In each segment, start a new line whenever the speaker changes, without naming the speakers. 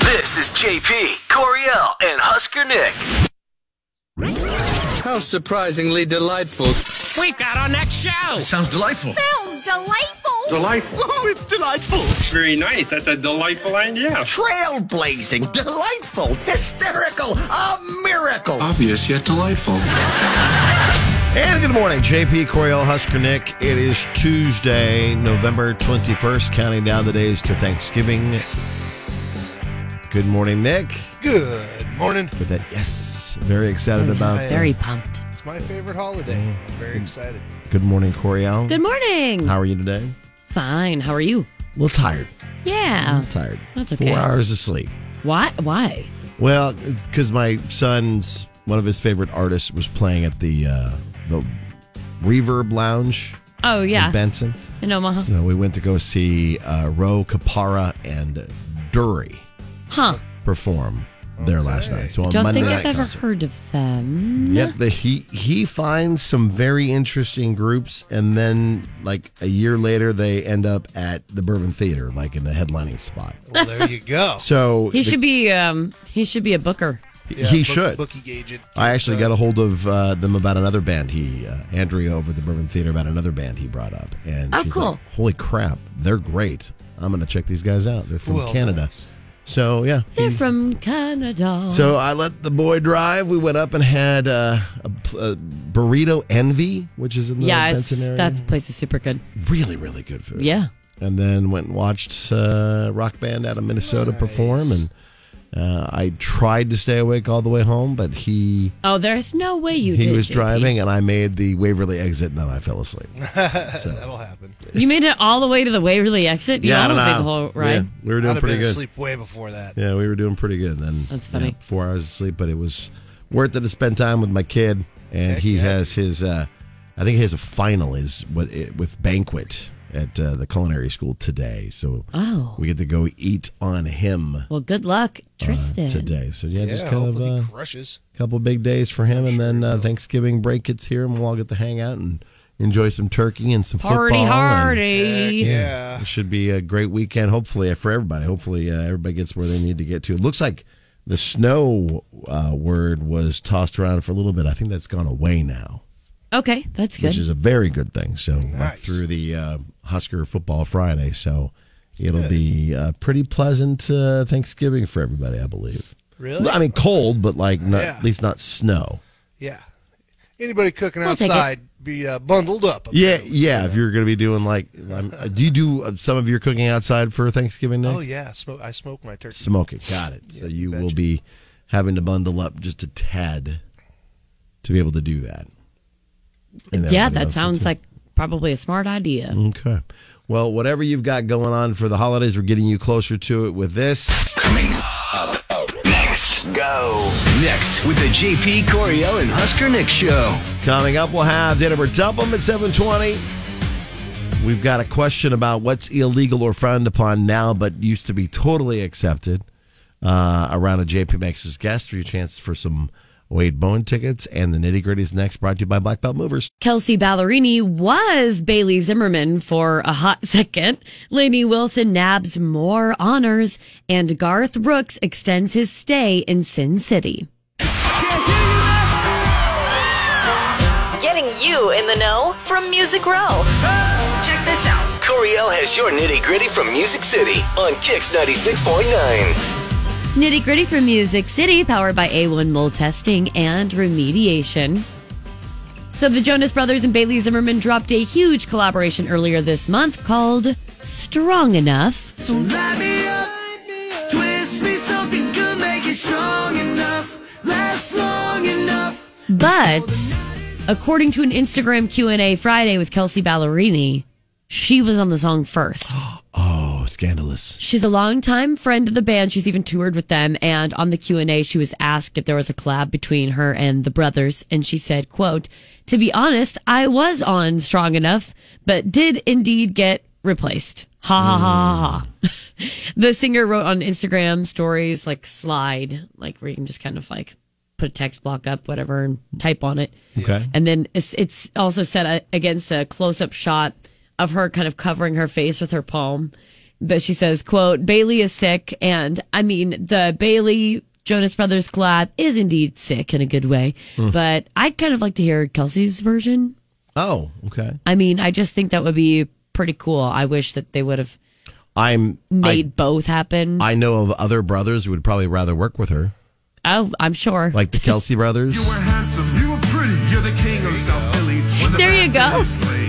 This is JP, Coriel, and Husker Nick.
How surprisingly delightful.
We've got our next show.
Sounds delightful.
Sounds delightful.
Delightful.
Oh, it's delightful.
Very nice. That's a delightful idea.
Trailblazing, delightful, hysterical, a miracle.
Obvious yet delightful.
And good morning, JP Coriel Husker Nick. It is Tuesday, November 21st, counting down the days to Thanksgiving. Good morning, Nick.
Good morning.
With that, yes, very excited about that.
Very pumped.
It's my favorite holiday. Very excited.
Good morning, Coriel.
Good morning.
How are you today?
Fine. How are you?
A little tired.
Yeah.
tired.
Oh, That's okay.
Four hours of sleep.
Why? Why?
Well, because my son's one of his favorite artists was playing at the uh, the Reverb Lounge
Oh yeah.
in Benson.
In Omaha.
So we went to go see uh, Ro Capara and Dury
Huh.
perform there last night. So on
Don't
Monday
think
night
I've ever
concert.
heard of them.
Yep, the, he he finds some very interesting groups, and then like a year later, they end up at the Bourbon Theater, like in the headlining spot.
Well, there you go.
So
He
the-
should be. Um. He should be a booker.
Yeah,
he
book-
should.
Bookie gauge it.
I actually got a hold of uh, them about another band he, uh, Andrea over at the Bourbon Theater, about another band he brought up. And
Oh,
she's
cool.
like, Holy crap, they're great. I'm going to check these guys out. They're from
Well,
Canada.
nice.
So, yeah. he-
They're from Canada.
so I let the boy drive. We went up and had uh, a, pl- a burrito envy, which is in the
yeah, it's,
Benson uh, area.
that place is super good.
really, really good food.
Yeah.
And then went and watched uh, rock band out of Minnesota perform. And uh, I tried to stay awake all the way home, but he
Oh, there's no way you.
he
did,
was
JP.
driving and I made the Waverly exit and then I fell asleep.
That'll happen.
You made it all the way to the Waverly exit. You almost made the whole ride.
Yeah, we were
I'd
doing
have
pretty
been
good.
asleep way before that.
Yeah, we were doing pretty good. Then
That's funny.
yeah, four hours of sleep, but it was worth it to spend time with my kid. And he has his, uh, I think he has a final is what it, with banquet at uh, the culinary school today. So
Oh.
we get to go eat on him uh,
Well, good luck, Tristan.
today. So yeah,
Yeah,
just kind of
hopefully
uh,
he crushes.
couple big days for him, and then uh, Thanksgiving break gets here, and we'll all get to hang out and enjoy some turkey and some
Party
football. and-
hardy.
Yeah.
it should be a great weekend, hopefully, for everybody. Hopefully, uh, everybody gets where they need to get to. It looks like the snow uh, word was tossed around for a little bit. I think that's gone away now,
Okay, that's good.
which is a very good thing. So, we're
Nice.
through the uh, Husker football Friday. So, it'll be uh, pretty pleasant uh, Thanksgiving for everybody, I believe.
Really?
I mean, cold, but like not,
Yeah.
at least not snow.
Yeah. Anybody cooking
I'll take it.
outside, be uh, bundled up. a bit.
Yeah, yeah. If you're going to be doing like, um, uh, do you do uh, some of your cooking outside for Thanksgiving? Nick?
Oh, yeah. Smoke, I smoke my turkey.
Smoke it. Got it. so you will be having to bundle up just a tad to be able to do that. And
yeah,
everybody
that
else
sounds
is-
like probably a smart idea.
Okay. Well, whatever you've got going on for the holidays, we're getting you closer to it with this.
Coming up uh, next. Go. Next with the JP, Coriel, and Husker Nick show.
Coming up, we'll have Jennifer Dumpum at 720. We've got a question about what's illegal or frowned upon now, but used to be totally accepted. Uh, around a JP Max's guest for your chance for some Wade Bowen tickets. And the nitty gritty is next, brought to you by Black Belt Movers.
Kelsey Ballerini was Bailey Zimmerman for a hot second. Lainey Wilson nabs more honors, and Garth Brooks extends his stay in Sin City.
Getting you in the know from Music Row. Check this out.
Coriel has your nitty gritty from Music City on Kix 96.9.
Nitty gritty from Music City, powered by A1 mold testing and remediation. So, the Jonas Brothers and Bailey Zimmerman dropped a huge collaboration earlier this month called Strong Enough.
So light me up, twist me something good, make it strong enough, last long enough.
But according to an Instagram Q&A Friday with Kelsey Ballerini, she was on the song first.
Oh, scandalous.
She's a longtime friend of the band. She's even toured with them and on the Q&A she was asked if there was a collab between her and the brothers and she said, "Quote, to be honest, I was on strong enough, but did indeed get replaced." Ha ha ha ha. ha. the singer wrote on Instagram stories like slide, like where you can just kind of like put a text block up whatever and type on it.
Okay.
And then it's, it's also set a, against a close up shot of her kind of covering her face with her palm. but she says, quote, Bailey is sick. And I mean, the Bailey Jonas Brothers collab is indeed sick in a good way.
Hmm.
But I'd kind of like to hear Kelsey's version.
Oh, okay.
I mean, I just think that would be pretty cool. I wish that they would have
I'm
made both happen.
I, I know of other brothers who would probably rather work with her,
oh, I'm sure.
like the Kelsey brothers.
There you go.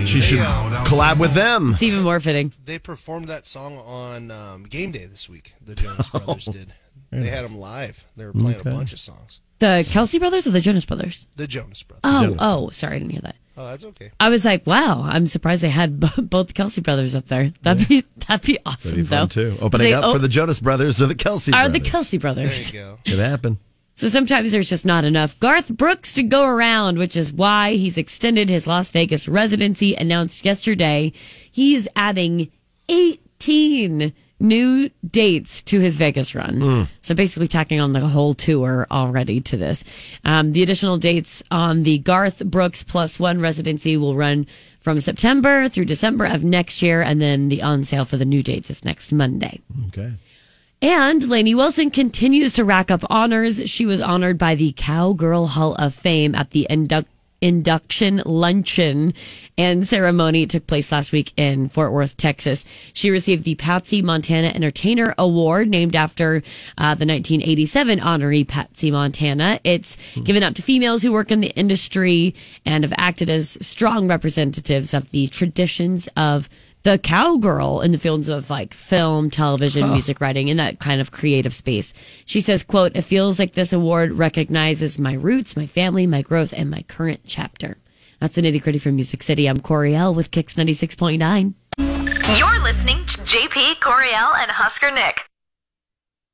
She should collab with them.
It's even more fitting.
They performed that song on um, Game Day this week. The Jonas Brothers did.
very
They had them live. They were playing
Oh, Okay.
a bunch of songs.
The Kelsey brothers or the Jonas brothers?
The Jonas Brothers.
Oh,
Jonas
oh, sorry, I didn't hear that.
Oh, that's okay.
I was like, wow, I'm surprised they had b- both Kelsey brothers up there. That'd be that'd be awesome
That'd be fun
though.
too. Oh, Opening
They
up
o-
for the Jonas Brothers or the Kelsey
are
brothers.
the Kelsey brothers.
go.
Could happen.
So sometimes there's just not enough Garth Brooks to go around, which is why he's extended his Las Vegas residency announced yesterday. He's adding 18 new dates to his Vegas run.
Mm.
So basically tacking on the whole tour already to this. Um, the additional dates on the Garth Brooks plus one residency will run from September through December of next year. And then the on sale for the new dates is next Monday.
Okay.
And Lainey Wilson continues to rack up honors. She was honored by the Cowgirl Hall of Fame at the induc- induction luncheon and ceremony. It took place last week in Fort Worth, Texas. She received the Patsy Montana Entertainer Award, named after uh, the 1987 honoree Patsy Montana. It's given out to females who work in the industry and have acted as strong representatives of the traditions of the cowgirl in the fields of like film, television,
Huh.
music writing, in that kind of creative space. She says, quote, it feels like this award recognizes my roots, my family, my growth, and my current chapter. That's the nitty gritty from Music City. I'm Corey L with Kix 96.9.
You're listening to JP Coriel and Husker Nick.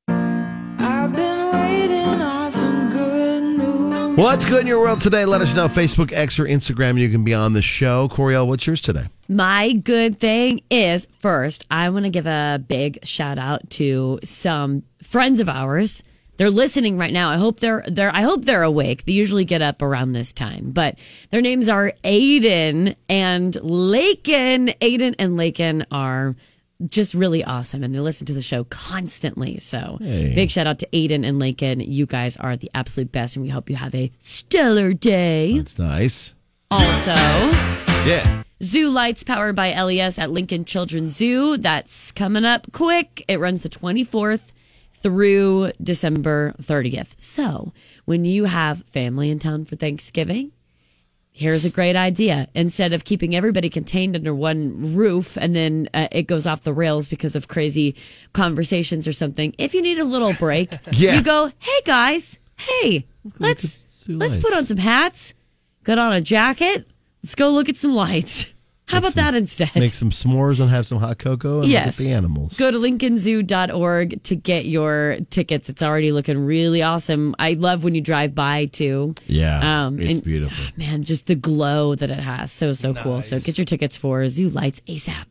I've been waiting on some good news.
What's good in your world today? Let us know. Facebook, X, or Instagram. You can be on the show. Coriel, what's yours today?
My good thing is, first, I want to give a big shout out to some friends of ours. They're listening right now. I hope they're they're I hope they're awake. They usually get up around this time, but their names are Aiden and Lakin. Aiden and Lakin are just really awesome and they listen to the show constantly. So,
Hey.
big shout out to Aiden and Lakin. You guys are the absolute best and we hope you have a stellar day.
That's nice.
Also,
Yeah.
Zoo Lights powered by LES at Lincoln Children's Zoo. That's coming up quick. It runs the 24th through December 30th. So when you have family in town for Thanksgiving, here's a great idea. Instead of keeping everybody contained under one roof and then uh, it goes off the rails because of crazy conversations or something, if you need a little break,
Yeah.
you go, hey guys, hey, let's let's
lights.
put on some hats, get on a jacket, let's go look at some lights. How about that instead?
Make some s'mores and have some hot cocoa and
Yes.
look at the animals.
Go to lincolnzoo.org to get your tickets. It's already looking really awesome. I love when you drive by too.
Yeah, it's
and-
beautiful.
ah, man, just the glow that it has. So, so cool. So get your tickets for Zoo Lights ASAP.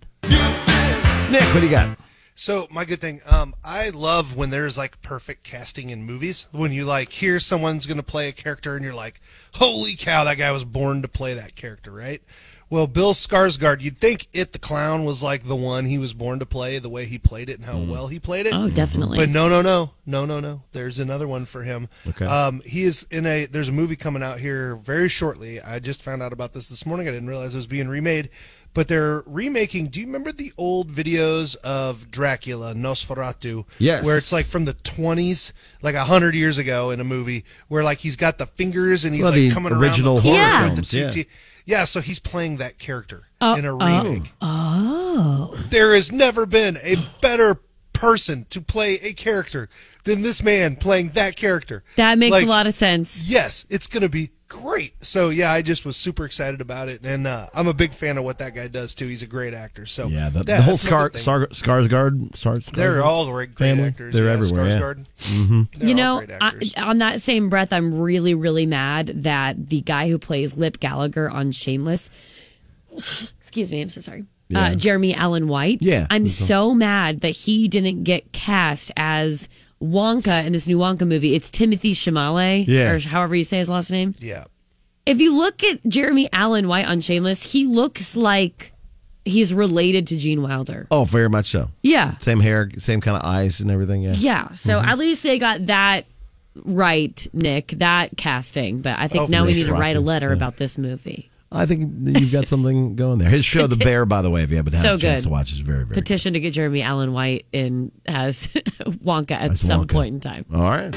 Nick, what do you got?
So my good thing, um, I love when there's like perfect casting in movies. When you like hear someone's gonna play a character and you're like, "Holy cow, that guy was born to play that character," right? Well, Bill Skarsgård, you'd think it the clown was like the one he was born to play, the way he played it and how well he played it.
Oh, definitely.
But no, no, no, no, no, no. There's another one for him.
Okay.
Um, he is in a. There's a movie coming out here very shortly. I just found out about this this morning. I didn't realize it was being remade, but they're remaking. Do you remember the old videos of Dracula, Nosferatu?
Yes.
Where it's like from the 20s, like a hundred years ago, in a movie where like he's got the fingers and he's
Well, the
like coming
original
around the
horror
corner with
films,
the
yeah.
two te- yeah. So he's playing that character
Oh,
in a
oh.
remake.
Oh.
There has never been a better person to play a character than this man playing that character.
That makes
Like,
a lot of sense.
Yes, it's going to be great. So yeah, I just was super excited about it, and uh, I'm a big fan of what that guy does too. He's a great actor. So
Yeah, the,
that-
the whole
that's
Scar,
another thing.
Scar, Skarsgård, Sar-
They're
Skarsgård
all great, great
family.
actors,
They're
yeah,
everywhere. Yeah.
Skarsgård.
Mm-hmm.
you know, I, on that same breath, I'm really, really mad that the guy who plays Lip Gallagher on Shameless, excuse me, I'm so sorry,
Yeah.
uh, Jeremy Allen White.
Yeah, Mm-hmm.
I'm
that's all.
so mad that he didn't get cast as Wonka in this new Wonka movie. It's Timothy Shamale,
Yeah.
or however you say his last name.
Yeah.
If you look at Jeremy Allen White on Shameless, he looks like he's related to Gene Wilder.
Oh, very much so.
Yeah.
Same hair, same kind of eyes and everything. Yeah.
Yeah. So
Mm-hmm.
at least they got that right, Nick, that casting. But I think
Oh,
now we
Nick
need to write a
Rotten,
letter
yeah.
about this movie.
I think that you've got something going there. His show, The Bear, by the way, if you haven't had
So
a chance
good.
to watch, is very, very
Petition to get Jeremy Allen White in as Wonka at
As
some
Wonka.
point in time.
All right.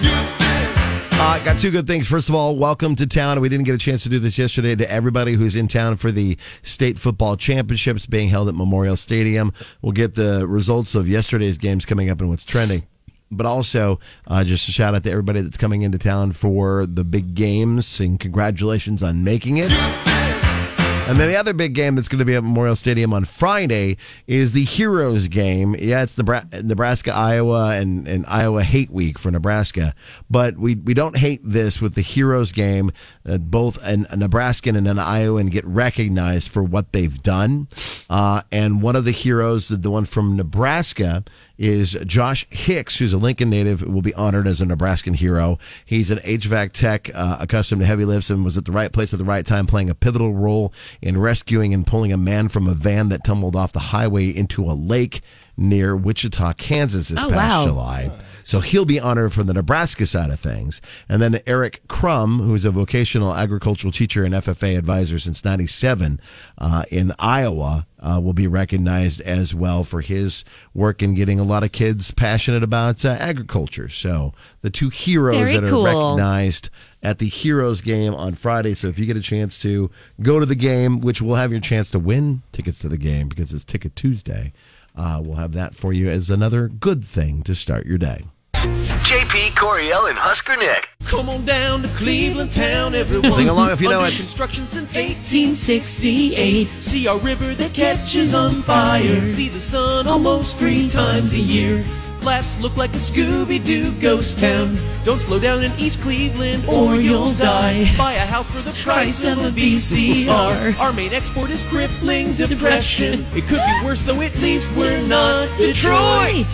Uh, got two good things. First of all, welcome to town. We didn't get a chance to do this yesterday to everybody who's in town for the state football championships being held at Memorial Stadium. We'll get the results of yesterday's games coming up and what's trending. But also, uh, just a shout out to everybody that's coming into town for the big games and congratulations on making it. And then the other big game that's going to be at Memorial Stadium on Friday is the Heroes game. Yeah, it's Nebra- Nebraska, Iowa, and, and Iowa Hate Week for Nebraska. But we, we don't hate this with the Heroes game. Uh, both an, a Nebraskan and an Iowan get recognized for what they've done. Uh, and one of the heroes, the- the one from Nebraska, is Josh Hicks, who's a Lincoln native, will be honored as a Nebraskan hero. He's an HVAC tech uh, accustomed to heavy lifts and was at the right place at the right time, playing a pivotal role in rescuing and pulling a man from a van that tumbled off the highway into a lake near Wichita, Kansas this
Oh,
past
wow.
July. So he'll be honored from the Nebraska side of things. And then Eric Crum, who's a vocational agricultural teacher and FFA advisor since 97 uh, in Iowa, uh, will be recognized as well for his work in getting a lot of kids passionate about uh, agriculture. So the two heroes
Very
that are
cool.
recognized at the Heroes game on Friday. So if you get a chance to go to the game, which will have your chance to win tickets to the game because it's Ticket Tuesday. Uh, we'll have that for you as another good thing to start your day.
JP Coriel and Husker Nick.
Come on down to Cleveland town, everyone.
Sing along if you know
Under
it.
Construction since 1868. See our river that catches on fire. See the sun almost three times a year. Flats look like a Scooby Doo ghost town. Don't slow down in East Cleveland or you'll die. Buy a house for the price of a VCR. Our main export is crippling depression. It could be worse, though at least we're not Detroit.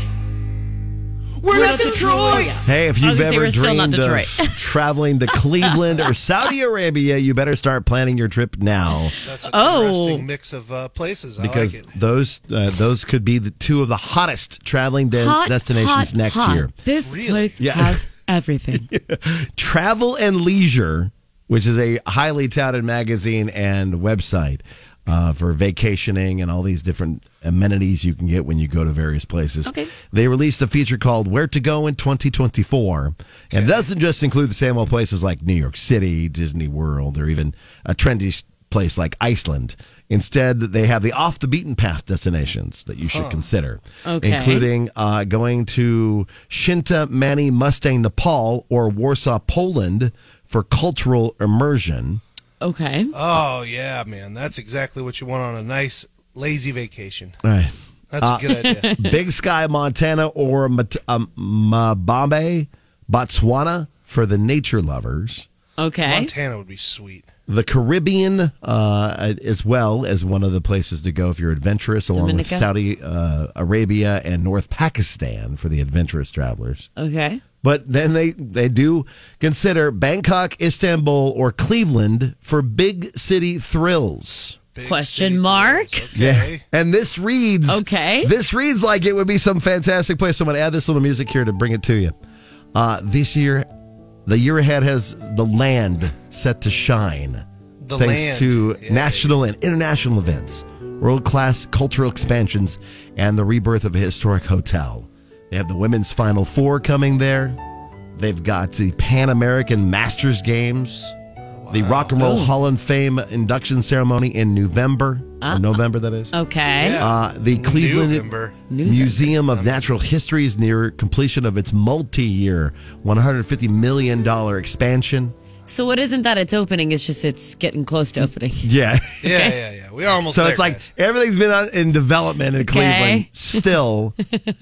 We're not Detroit.
Hey, if
I was
you've
gonna say
ever
we're still not
dreamed of
Detroit.
traveling to Cleveland or Saudi Arabia, you better start planning your trip now
That's an
Oh.
interesting mix of uh, places. I
because
like it.
those uh, those could be the two of the hottest traveling de-
Hot,
destinations
hot,
next
hot.
year.
This place
Yeah.
has everything.
Travel and Leisure, which is a highly touted magazine and website uh, for vacationing and all these different amenities you can get when you go to various places.
Okay.
They released a feature called Where to Go in 2024. And it doesn't just include the same old places like New York City, Disney World, or even a trendy s- place like Iceland. Instead, they have the off the beaten path destinations that you should consider,
Okay.
including including, uh, going to Shinta Mani Mustang Nepal or Warsaw Poland for cultural immersion.
Okay.
Oh yeah, man, that's exactly what you want on a nice lazy vacation.
Right.
That's a good idea.
Big Sky, Montana or Mat- um, Mabambe, Botswana for the nature lovers.
Okay.
Montana would be sweet.
The Caribbean uh, as well as one of the places to go if you're adventurous, along
Dominica.
with Saudi uh, Arabia and North Pakistan for the adventurous travelers.
Okay.
But then they, they do consider Bangkok, Istanbul, or Cleveland for big city thrills.
Big
Question
city
mark?
girls, Okay.
And this reads
Okay.
This reads like it would be some fantastic place. So I'm gonna add this little music here to bring it to you. Uh, this year, the year ahead has the land set to shine.
The
thanks
land.
to
Yeah,
national and international events, world class cultural expansions, and the rebirth of a historic hotel. They have the women's Final Four coming there. They've got the Pan American Masters Games, the Rock and Roll Hall of Fame induction ceremony in November. or November, that is.
Okay.
Yeah.
Uh, the Cleveland
November.
Museum of Natural History is near completion of its multi year $150 million expansion.
So what isn't that it's opening? It's just it's getting close to opening.
Yeah.
Yeah, yeah, yeah. We are almost
So
there,
it's like
guys.
everything's been on, in development in Cleveland
Okay.
still,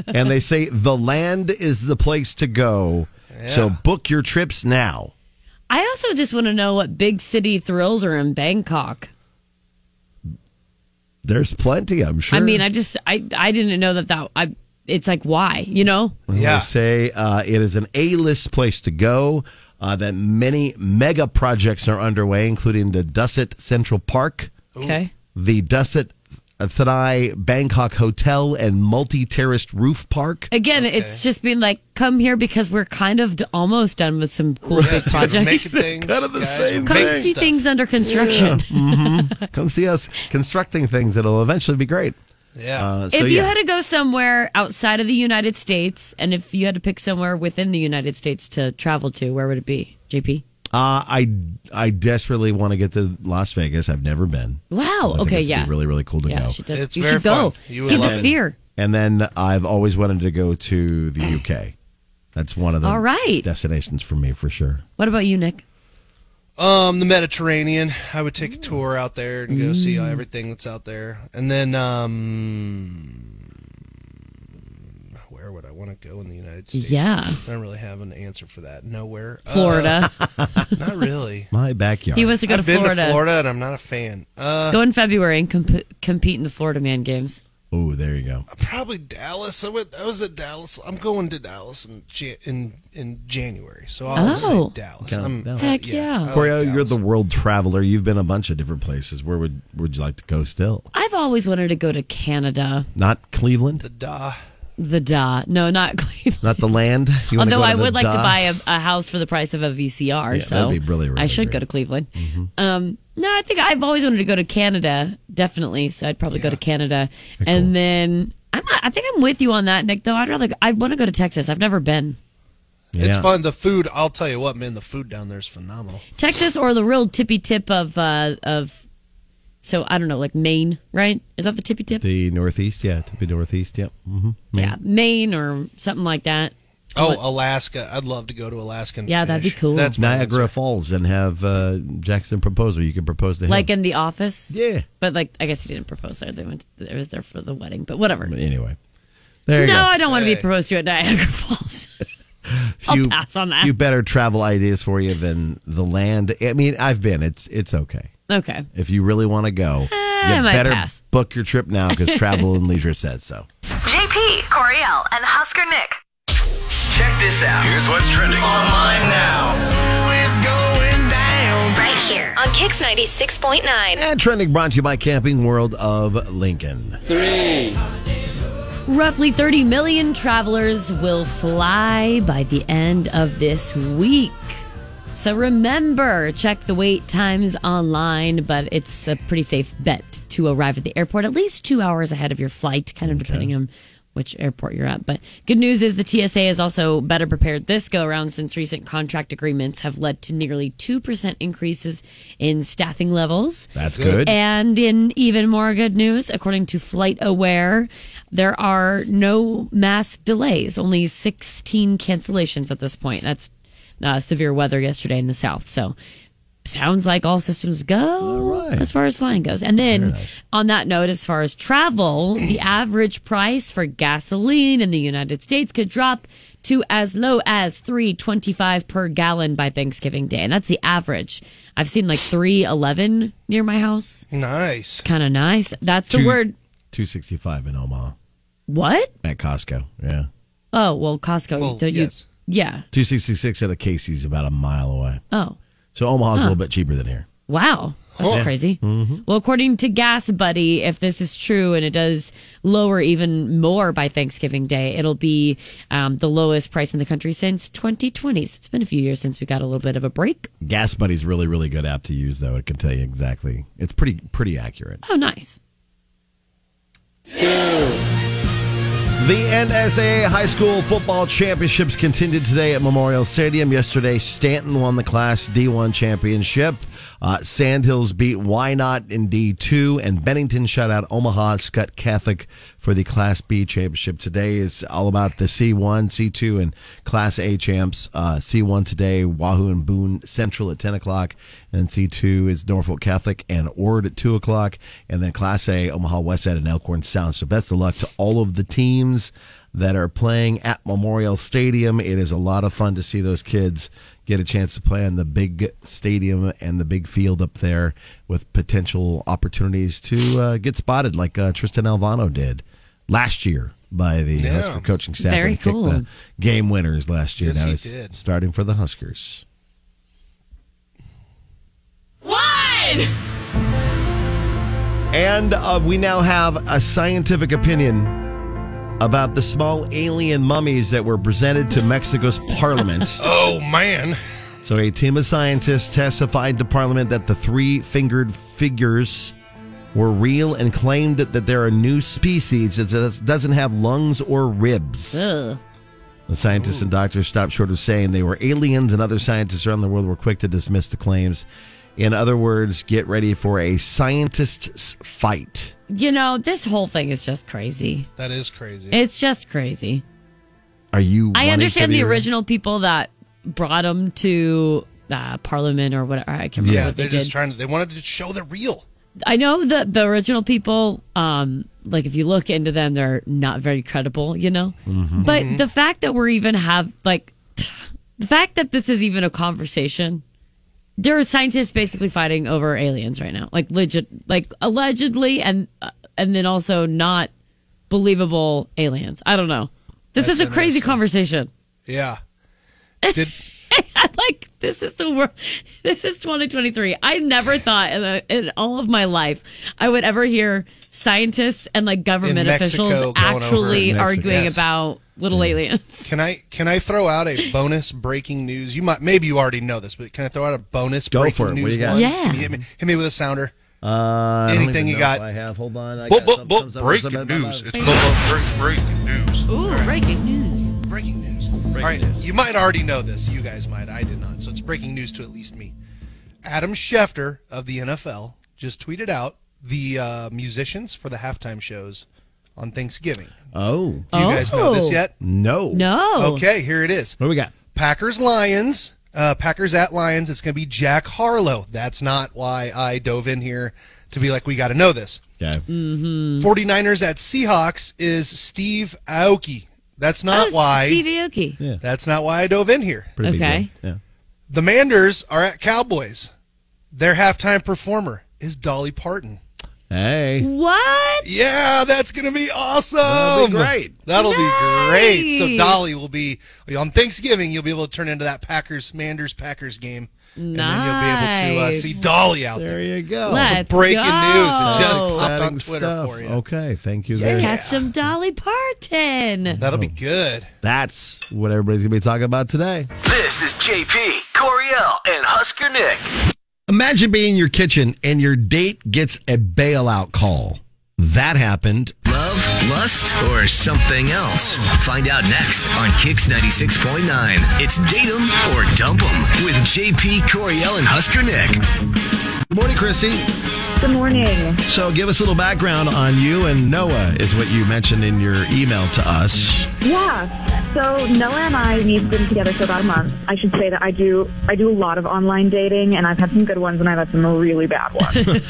and they say the land is the place to go. So book your trips now.
I also just want to know what big city thrills are in Bangkok.
There's plenty, I'm sure.
I mean, I just I I didn't know that that I it's like why, you know?
And
Yeah.
They say uh, it is an A-list place to go. Uh, that many mega projects are underway, including the Dusset Central Park,
Okay.
the Dusset Thadai Bangkok Hotel and Multi Terraced Roof Park.
Again, it's just being like, come here because we're kind of d- almost done with some cool big projects.
Making things.
Kind of the
guys,
same
Come
making
thing.
see
stuff.
things under construction.
Come see us constructing things that'll eventually be great.
Yeah.
Uh, so
if you
yeah.
had to go somewhere outside of the United States, and if you had to pick somewhere within the United States to travel to, where would it be, JP?
Uh, I I desperately want to get to Las Vegas. I've never been. I
Wow.
think
Okay.
it's
Yeah.
really really cool to
yeah.
go.
You should, de-
It's
you
very
should go
fun. You would
see the
love it.
sphere.
And then I've always wanted to go to the UK. That's one of the
All right.
destinations for me for sure.
What about you, Nick?
Um, the Mediterranean. I would take a tour out there and go see
Mm.
everything that's out there. And then, um, where would I want to go in the United States?
Yeah.
I don't really have an answer for that. Nowhere. Uh,
Florida.
not really.
My backyard.
he wants to go to
I've been
Florida.
to Florida and I'm not a fan. Uh,
Go in February and comp- compete in the Florida Man Games.
oh, there you go.
probably Dallas. I went. I was at Dallas. I'm going to Dallas in Ja- in in January. So I'll
Oh.
say Dallas. I'm, uh,
Dallas.
Heck yeah.
I like
Corey, you're
Dallas.
the world traveler. You've been a bunch of different places. Where would would you like to go still?
I've always wanted to go to Canada.
Not Cleveland.
the da.
The da. No, not Cleveland.
Not the land. You wanna
Although
go to
I
the
would like to
duh?
buy a, a house for the price of a VCR,
Yeah,
so
that'd be really, really
I should go
great. Mm-hmm.
to Cleveland. Um, no, I think I've always wanted to go to Canada, definitely. So I'd probably go to Canada, and then I'm not, I think I'm with you on that, Nick. Though I'd rather I want to go to Texas. I've never been
Yeah.
It's fun. The food. I'll tell you what, man. The food down there is phenomenal.
Texas or the real tippy tip of uh, of. So I don't know, like Maine, right? Is that the tippy tip?
The northeast, yeah, to be northeast, yep. Mm-hmm.
Yeah, Maine or something like that.
Oh, Alaska. I'd love to go to Alaska. And
Yeah, that'd be
fish.
cool.
That's my
Niagara
answer.
Falls and have uh, Jackson propose, or you can propose to him.
Like in The Office.
yeah.
But like, I guess he didn't propose there. They went. It was there for the wedding. But whatever.
But anyway, there you
no,
go.
I don't want to be
Hey.
proposed to at Niagara Falls. I'll pass on that.
Few better travel ideas for you than the land. I mean, I've been. It's it's okay
okay.
if you really want to go.
Eh, I
you
might
better
pass.
book your trip now because Travel and Leisure says so.
JP, Coriel, and Husker Nick.
Check this out. Here's what's trending online now. It's going down.
Right here on Kix 96.9.
And trending brought to you by Camping World of Lincoln.
Roughly 30 million travelers will fly by the end of this week. So remember, check the wait times online, but it's a pretty safe bet to arrive at the airport at least two hours ahead of your flight, kind of depending on which airport you're at. But good news is the TSA is also better prepared this go around since recent contract agreements have led to nearly 2% increases in staffing levels.
That's good.
And in even more good news, according to Flight Aware, there are no mass delays, only 16 cancellations at this point. That's uh, severe weather yesterday in the South. So sounds like all systems go
right.
as far as flying goes. And then on that note, as far as travel, the average price for gasoline in the United States could drop to as low as 325 per gallon by Thanksgiving Day. And that's the average. I've seen like 311 near my house.
Nice.
Kind of nice. That's the word.
Two sixty five in Omaha
What?
at Costco. Yeah,
Oh, well, Costco.
Well,
don't
yes.
you? Yeah.
two sixty six at a Casey's about a mile away.
Oh.
So Omaha's a little bit cheaper than here.
Wow. That's crazy. Well, according to Gas Buddy, if this is true and it does lower even more by Thanksgiving Day, it'll be um, the lowest price in the country since 2020. So it's been a few years since we got a little bit of a break.
Gas Buddy's really really good app to use though. It can tell you exactly. It's pretty pretty accurate.
Oh, nice.
The NSAA High School Football Championships continued today at Memorial Stadium. Yesterday, Stanton won the Class D1 championship. Uh, Sandhills beat Wynot in D2, and Bennington shut out Omaha Scott Catholic for the Class B championship. Today is all about the C1, C2, and Class A champs. Uh, C1 today, Wahoo and Boone Central at 10 o'clock, and C2 is Norfolk Catholic and Ord at 2 o'clock, and then Class A, Omaha West Side and Elkhorn Sound. So best of luck to all of the teams that are playing at Memorial Stadium. It is a lot of fun to see those kids get a chance to play on the big stadium and the big field up there with potential opportunities to uh, get spotted like uh, Tristan Alvano did last year by the Husker coaching staff. when
Very
he kicked
cool.
the game winners last year.
Yes,
now
he
he's
did.
starting for the Huskers.
One!
And uh, we now have a scientific opinion about the small alien mummies that were presented to Mexico's parliament.
Oh, man.
So, a team of scientists testified to Parliament that the three fingered figures were real and claimed that, that they're a new species that does- doesn't have lungs or ribs.
Ugh.
The scientists and doctors stopped short of saying they were aliens, and other scientists around the world were quick to dismiss the claims. In other words, get ready for a scientist's fight.
You know, this whole thing is just crazy.
That is crazy.
It's just crazy.
Are you?
I
wanting
understand
to
the
be-
original people that brought them to uh, Parliament or whatever. I can't remember
Yeah,
what
They're
they
just
did.
trying to, they wanted to show the real.
I know that the original people, um, like if you look into them, they're not very credible, you know. But the fact that we're even have like the fact that this is even a conversation, there are scientists basically fighting over aliens right now, like legit, like allegedly, and uh, and then also not believable aliens. I don't know. This is a crazy conversation.
Yeah. Did
I'm like, this is the world. This is 2023. I never thought in, a, in all of my life I would ever hear scientists and like government
In Mexico
officials
going over
actually
in Mexico.
arguing
Yes.
about little aliens.
can I can I throw out a bonus breaking news? You might maybe you already know this, but can I throw out a bonus
Go
breaking
for it. What
news?
do you got?
one?
Yeah.
Can you Hit me, hit me with a sounder.
Uh, I don't
Anything
even
you
know
got?
if I have. Hold on. I
But,
got
but,
some-
but
some- some-
breaking
some- some-
news. It's but, but, break- breaking news.
Ooh, breaking news.
Breaking news. All right. You might already know this. You guys might. I did not. So it's breaking news to at least me. Adam Schefter of the NFL just tweeted out the uh, musicians for the halftime shows on Thanksgiving.
Oh
Do you guys know this yet?
no.
No.
Okay, here it is.
What do we got?
Packers Lions. Uh, Packers at Lions. It's going to be Jack Harlow. That's not why I dove in here to be like, we got to know this.
Okay.
Mm,
49ers at Seahawks is Steve Aoki. That's
Oh,
not
it's
why.
Steve Aoki.
That's not why I dove in here.
Pretty big
Okay.
deal. Yeah.
The Manders are at Cowboys. Their halftime performer is Dolly Parton.
Hey.
What?
Yeah, that's gonna be awesome. That'll
be great.
That'll
Nice.
be great. So Dolly will be on Thanksgiving. You'll be able to turn into that Packers Manders Packers game, and then you'll be able to uh,
Nice.
see Dolly out there.
There you go.
Let's
Breaking
go.
news. It just
Exciting
popped on Twitter
stuff.
for you.
Okay. Thank you.
Yeah.
There.
Catch some Dolly Parton.
That'll be good.
That's what everybody's gonna be talking about today.
This is JP, Coriel, and Husker Nick.
Imagine being in your kitchen and your date gets a bailout call. That happened.
Love, lust, or something else? Find out next on Kix 96.9. It's Date 'em or Dump 'em with JP, Coriel, and Husker Nick.
Good morning, Chrissy.
Good morning.
So, give us a little background on you and Noah is what you mentioned in your email to us.
Yeah. So Noah and I we've been together for about a month. I should say that I do I do a lot of online dating, and I've had some good ones, and I've had some really bad ones.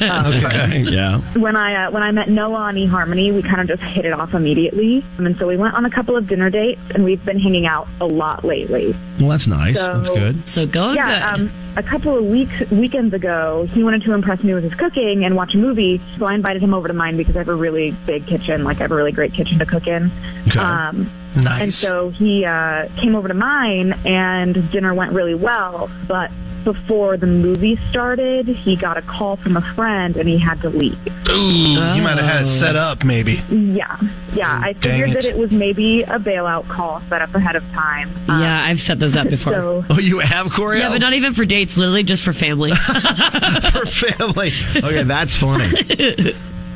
yeah.
when I uh, when I met Noah on eHarmony, we kind of just hit it off immediately, Um, and so we went on a couple of dinner dates, and we've been hanging out a lot lately.
Well, that's nice.
So-
that's good.
So going
yeah,
Oh, good.
um, a couple of weeks weekends ago, he wanted to impress me with his cooking and watch a movie. So I invited him over to mine because I have a really big kitchen, like I have a really great kitchen to cook in.
Okay.
Um,
Nice.
And so he uh, came over to mine, and dinner went really well. But before the movie started, he got a call from a friend, and he had to leave.
You might have had
Oh.
it set up, maybe.
Yeah, yeah. I
Dang
figured
it.
that it was maybe a bailout call set up ahead of time. Um,
yeah, I've set those up before.
So
Oh, you have Corey?
yeah, but not even for dates, literally just for family.
for family. Okay, that's funny.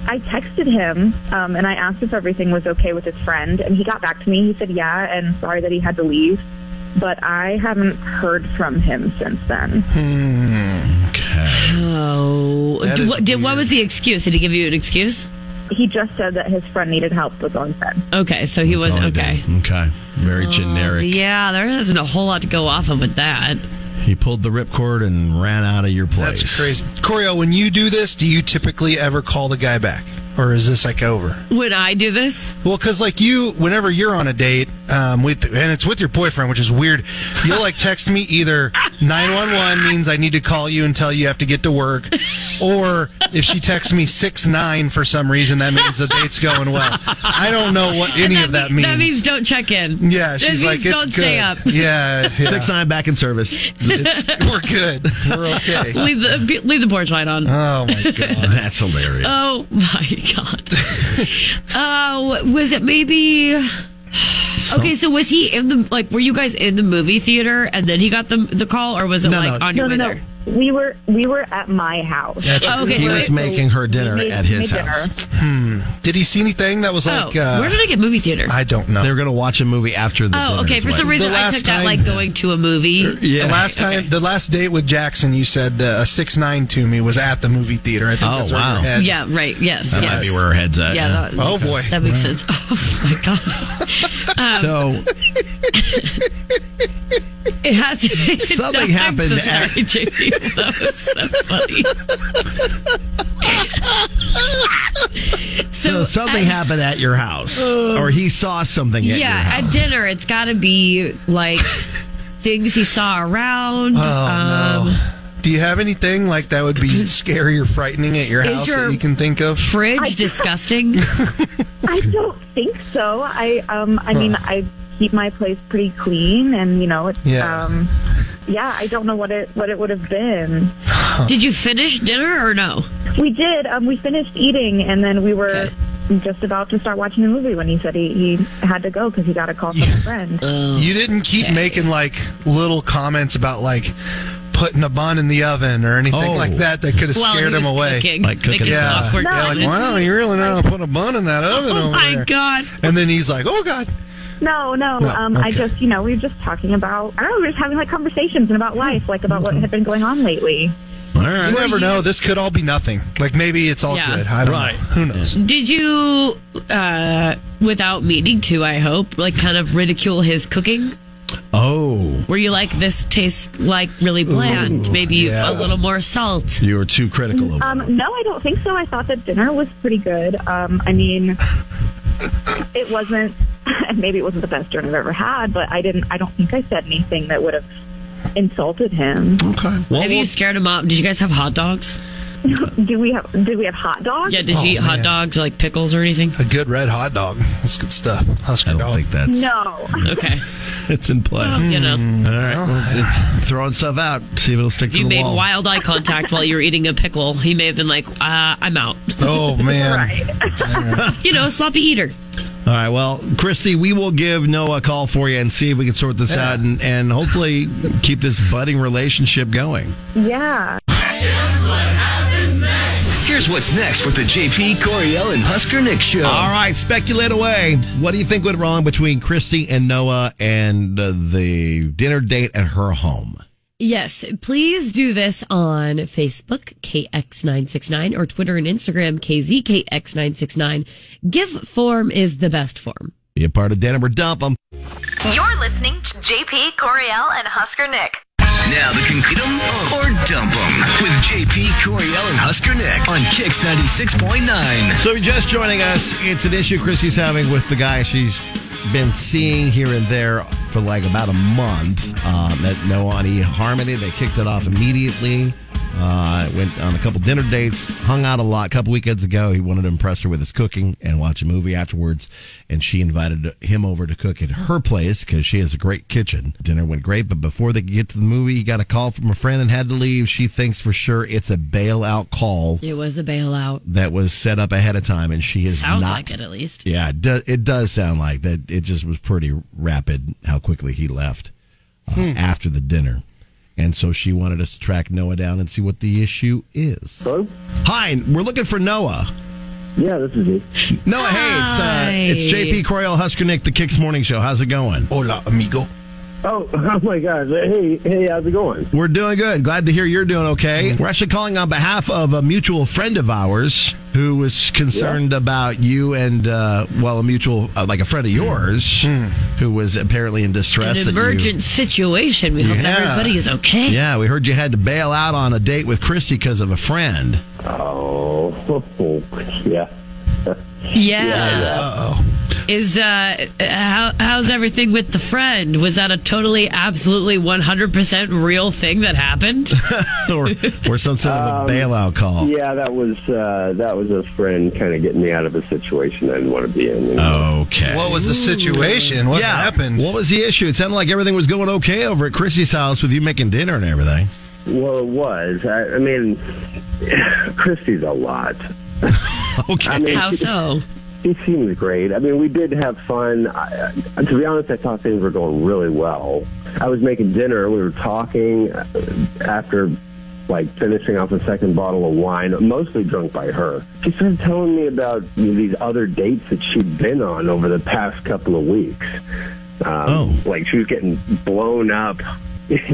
I texted him um, and I asked if everything was okay with his friend, and he got back to me. He said, "Yeah," and sorry that he had to leave, but I haven't heard from him since then.
oh,
That
Do-
is
what, did, what
weird.
was the excuse? Did he give you an excuse?
He just said that his friend needed help with going fed.
Okay, so he was okay. Oh,
Okay. Very generic.
Yeah, there isn't a whole lot to go off of with that.
He pulled the ripcord and ran out of your place.
That's crazy. Corio, when you do this, do you typically ever call the guy back? Or is this like over?
Would I do this?
Well, because like you, whenever you're on a date um, with, and it's with your boyfriend, which is weird, you'll like text me either 911 means I need to call you and tell you you have to get to work. Or if she texts me 6 9 for some reason, that means the date's going well. I don't know what any of that means.
That means don't check in.
yeah,
That
she's
means
like, it's
don't
good.
stay up.
Yeah, yeah.
Six nine back in service.
It's- we're good. We're okay.
leave the be- leave the porch light on.
Oh my god,
that's hilarious.
Oh my god. uh, wh- was it maybe? Okay, so was he in the like? Were you guys in the movie theater and then he got the the call, or was it
No,
like
no.
on
No,
your
no,
way
no.
there?
We were we were at my house.
That's
Oh, okay,
he
so
was
it-
making her dinner
made-
at his
made
house.
Hmm. Did he see anything that was like?
oh,
uh,
where did I get movie theater?
I don't know.
They were going to watch a movie after the.
oh,
dinner
okay.
is
For some
what-
reason,
The
I
last
took that
time-
like going to a movie.
Yeah.
The last time, the last date with Jackson, you said the six nine to me was at the movie theater. I think
Oh,
that's where your
wow.
head-
Yeah, right. Yes,
that
yes.
might be where her head's at.
yeah. That,
Oh, boy.
that makes sense. Oh my god,
so
it has
Something
I'm
happened
So
at-
sorry, JP. That was so funny.
so something
at-
happened at your house, or he saw something. At your
Uh, yeah,
house.
at dinner, it's got to be like things he saw around. uh,
Oh no. Do you have anything like that would be scary or frightening at your
Is
house
your-
that you can think of?
Fridge, disgusting.
I don't think so. I um I mean I keep my place pretty clean and you know it's
Yeah.
um yeah, I don't know what it what it would have been.
Did you finish dinner or no?
We did. Um we finished eating and then we were just about to start watching the movie when he said he, he had to go because he got a call from a friend.
Uh.
You didn't keep making like little comments about like putting a bun in the oven or anything
Oh.
like that that could have
While
scared
he
him
was
away.
Cooking,
Like cooking
making some
Yeah.
awkward
No.
yeah, like
comments.
wow, you really know how to put a bun in that oven.
Oh
over
my
there."
god.
And then he's like, "Oh God,
No, no.
No,
um, I
okay.
just, you know, we were just talking about, I don't know, we were just having like conversations and about life, like about
Mm-hmm.
what had been going on lately.
All right.
you never know. This could all be nothing. Like maybe it's all
Yeah.
good. I don't
Right.
know. Who knows?
Did you, uh, without meaning to, I hope, like kind of ridicule his cooking?
Oh,
Were you like, this tastes like really bland? Maybe
yeah.
a little more salt?
you were too critical of.
Um, no, I don't think so. I thought that dinner was pretty good. Um, I mean, it wasn't, maybe it wasn't the best dinner I've ever had, but I didn't, I don't think I said anything that would have insulted him.
okay. Well,
Maybe
we'll-
you scared him off. Did you guys have hot dogs?
Do we have, did we have hot dogs?
Yeah, did you eat hot
Oh, man.
dogs, like pickles or anything?
A good red hot dog. That's good stuff. Husker
I don't
dog.
think that's
No.
Okay.
it's in play.
Well, you
Hmm.
know,
All right, well, it's throwing stuff out. See if it'll stick
if
to
you
the
made
wall.
wild eye contact while you were eating a pickle, he may have been like, uh, I'm out.
Oh man.
You know, a sloppy eater.
All right, well, Christy, we will give Noah a call for you and see if we can sort this out and, and hopefully keep this budding relationship going.
Yeah.
Here's what's next with the JP Coriel and Husker Nick show.
All right, speculate away. What do you think went wrong between Christy and Noah and uh, the dinner date at her home?
Yes, please do this on Facebook, KX969, or Twitter and Instagram, KZKX969. Give form is the best form.
Be a part of Denim or Dump 'em.
You're listening to JP Coriel and Husker Nick.
Now the can them or dump them with JP Coriel and Husker Nick on Kix 96.9.
So, if you're just joining us, it's an issue Christy's having with the guy she's been seeing here and there for like about a month um, at Noah and E Harmony. They kicked it off immediately. Uh, went on a couple dinner dates, hung out a lot. A couple weekends ago, he wanted to impress her with his cooking and watch a movie afterwards. And she invited him over to cook at her place because she has a great kitchen. Dinner went great, but before they could get to the movie, he got a call from a friend and had to leave. She thinks for sure it's a bailout call
It was a bailout.
that was set up ahead of time, and she is
Sounds
not.
like it, at least.
Yeah, it, do, it does sound like that. It just was pretty rapid how quickly he left uh, after the dinner, and so she wanted us to track Noah down and see what the issue is.
Hello?
Hi, we're looking for Noah.
Yeah, this is me.
Noah, hey, it's uh, it's
Hi.
JP Coriel Husker Nick, the Kicks Morning Show. How's it going?
Hola, amigo.
Oh, oh my gosh. Hey, hey, how's it going?
We're doing good. Glad to hear you're doing okay. We're actually calling on behalf of a mutual friend of ours who was concerned about you and, uh, well, a mutual, uh, like a friend of yours who was apparently in distress.
An
that you-
emergent situation. We hope
Yeah.
everybody is okay.
yeah, we heard you had to bail out on a date with Christy because of a friend.
Oh, yeah.
Yeah.
Uh oh.
is uh, how, how's everything with the friend? Was that a totally, absolutely, one hundred percent real thing that happened?
or, or some sort of a bailout call.
Yeah, that was uh, that was a friend kind of getting me out of a situation I didn't want to be in.
Uh. Okay.
What was the situation? What
Yeah.
happened?
What was the issue? It sounded like everything was going okay over at Chrissy's house with you making dinner and everything.
Well, it was. I, I mean, Christy's a lot.
okay.
How so?
She seems great. I mean, we did have fun. I, I- to be honest, I thought things were going really well. I was making dinner. We were talking uh, after, like, finishing off a second bottle of wine, mostly drunk by her. She started telling me about these other dates that she'd been on over the past couple of weeks. Um,
Oh.
Like, she was getting blown up.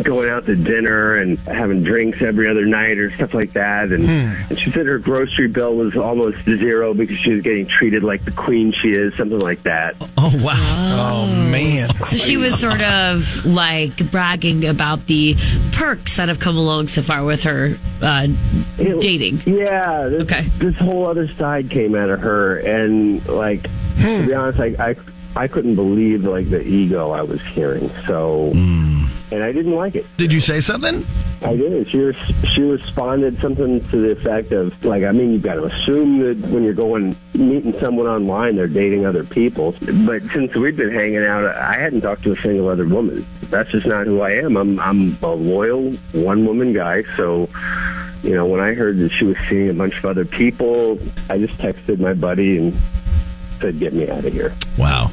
Going out to dinner and having drinks every other night or stuff like that, and and she said her grocery bill was almost zero because she was getting treated like the queen she is, something like that.
Oh wow! Oh, man!
So she was sort of like bragging about the perks that have come along so far with her uh, dating.
Yeah. This,
okay.
This whole other side came out of her, and like to be honest, I, I I couldn't believe like the ego I was hearing. So, and I didn't like it.
Did you say something?
I did. She res- she responded something to the effect of like, I mean, you've got to assume that when you're going meeting someone online, they're dating other people. But since we've been hanging out, I hadn't talked to a single other woman. That's just not who I am. I'm I'm a loyal one woman guy. So, you know, when I heard that she was seeing a bunch of other people, I just texted my buddy and said, "Get me out of here."
Wow.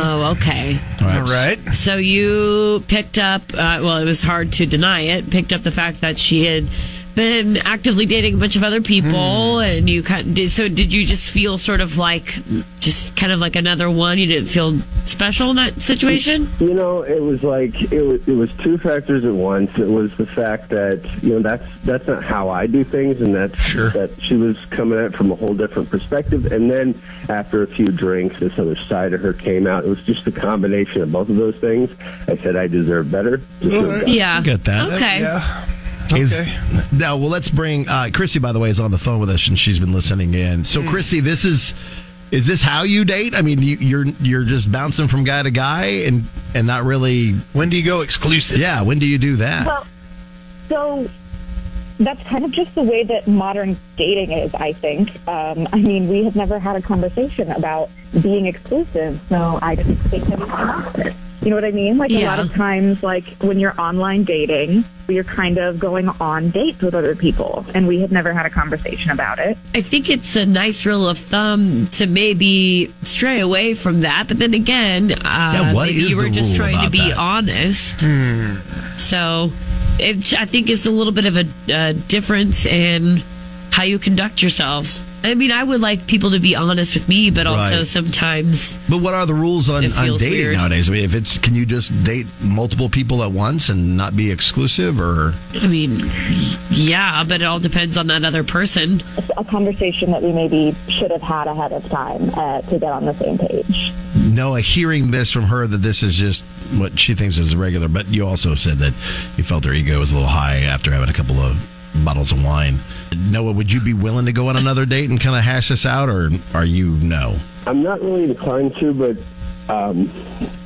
Oh, okay.
All
right.
So you picked up, uh, well, it was hard to deny it, picked up the fact that she had been actively dating a bunch of other people, and you kind did, so did you just feel sort of like, just kind of like another one? You didn't feel special in that situation?
You know, it was like it was it was two factors at once. It was the fact that you know that's that's not how I do things, and that's that she was coming at it from a whole different perspective. And then after a few drinks, this other side of her came out. It was just a combination of both of those things. I said I deserve better.
Yeah.
Get that?
Okay.
Is, now, well, let's bring uh, Chrissy. By the way, is on the phone with us, and she's been listening in. So, Chrissy, this is is this how you date? I mean, you, you're you're just bouncing from guy to guy, and and not really.
When do you go exclusive?
Yeah, when do you do that?
Well, so that's kind of just the way that modern dating is, I think. Um, I mean, we have never had a conversation about being exclusive, so I didn't think that we could it. You know what I mean? Like a lot of times, like when you're online dating, you're kind of going on dates with other people, and we had never had a conversation about it.
I think it's a nice rule of thumb to maybe stray away from that, but then again, uh,
what
maybe
is
you were
the
just
rule
trying to
about
be
that?
honest. So, it, I think it's a little bit of a, uh difference in how you conduct yourselves. I mean, I would like people to be honest with me, but also
Right.
sometimes
But what are the rules on,
It
on
feels
dating
weird.
nowadays? I mean, if it's can you just date multiple people at once and not be exclusive, or
I mean, yeah, but it all depends on that other person.
A conversation that we maybe should have had ahead of time uh, to get on the same page.
Noah hearing this from her that this is just what she thinks is regular? But you also said that you felt her ego was a little high after having a couple of bottles of wine. Noah, would you be willing to go on another date and kind of hash this out, or are you no?
I'm not really inclined to, but um,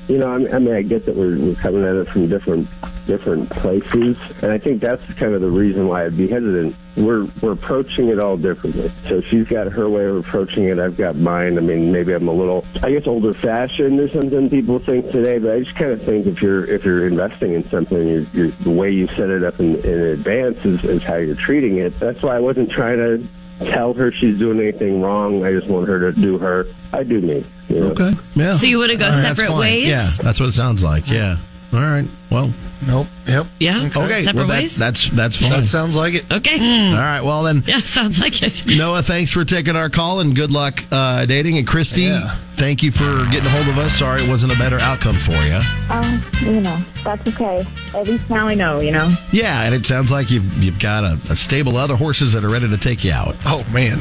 you know, I mean, I mean, I get that we're, we're coming at it from different different places, and I think that's kind of the reason why I'd be hesitant. We're we're approaching it all differently. So she's got her way of approaching it. I've got mine. I mean, maybe I'm a little, I guess, older fashioned or something people think today. But I just kind of think if you're if you're investing in something, you're, you're, the way you set it up in, in advance is, is how you're treating it. That's why I wasn't trying to tell her she's doing anything wrong. I just want her to do her. I do me. you know?
Okay. Yeah.
So you wanna go
All
separate
that's fine.
ways?
Yeah, that's what it sounds like. Yeah. All right. Well.
Nope. Yep.
Yeah.
Okay. well,
Separate
that-
ways?
That's that's fine.
That sounds like it.
Okay.
All right. Well then.
Yeah, sounds like it.
Noah, thanks for taking our call and good luck uh, dating. And Christy, thank you for getting a hold of us. Sorry it wasn't a better outcome for you.
Um, you know, that's okay. At least now I know, you know.
Yeah, and it sounds like you've you've got a, a stable of other horses that are ready to take you out.
Oh man,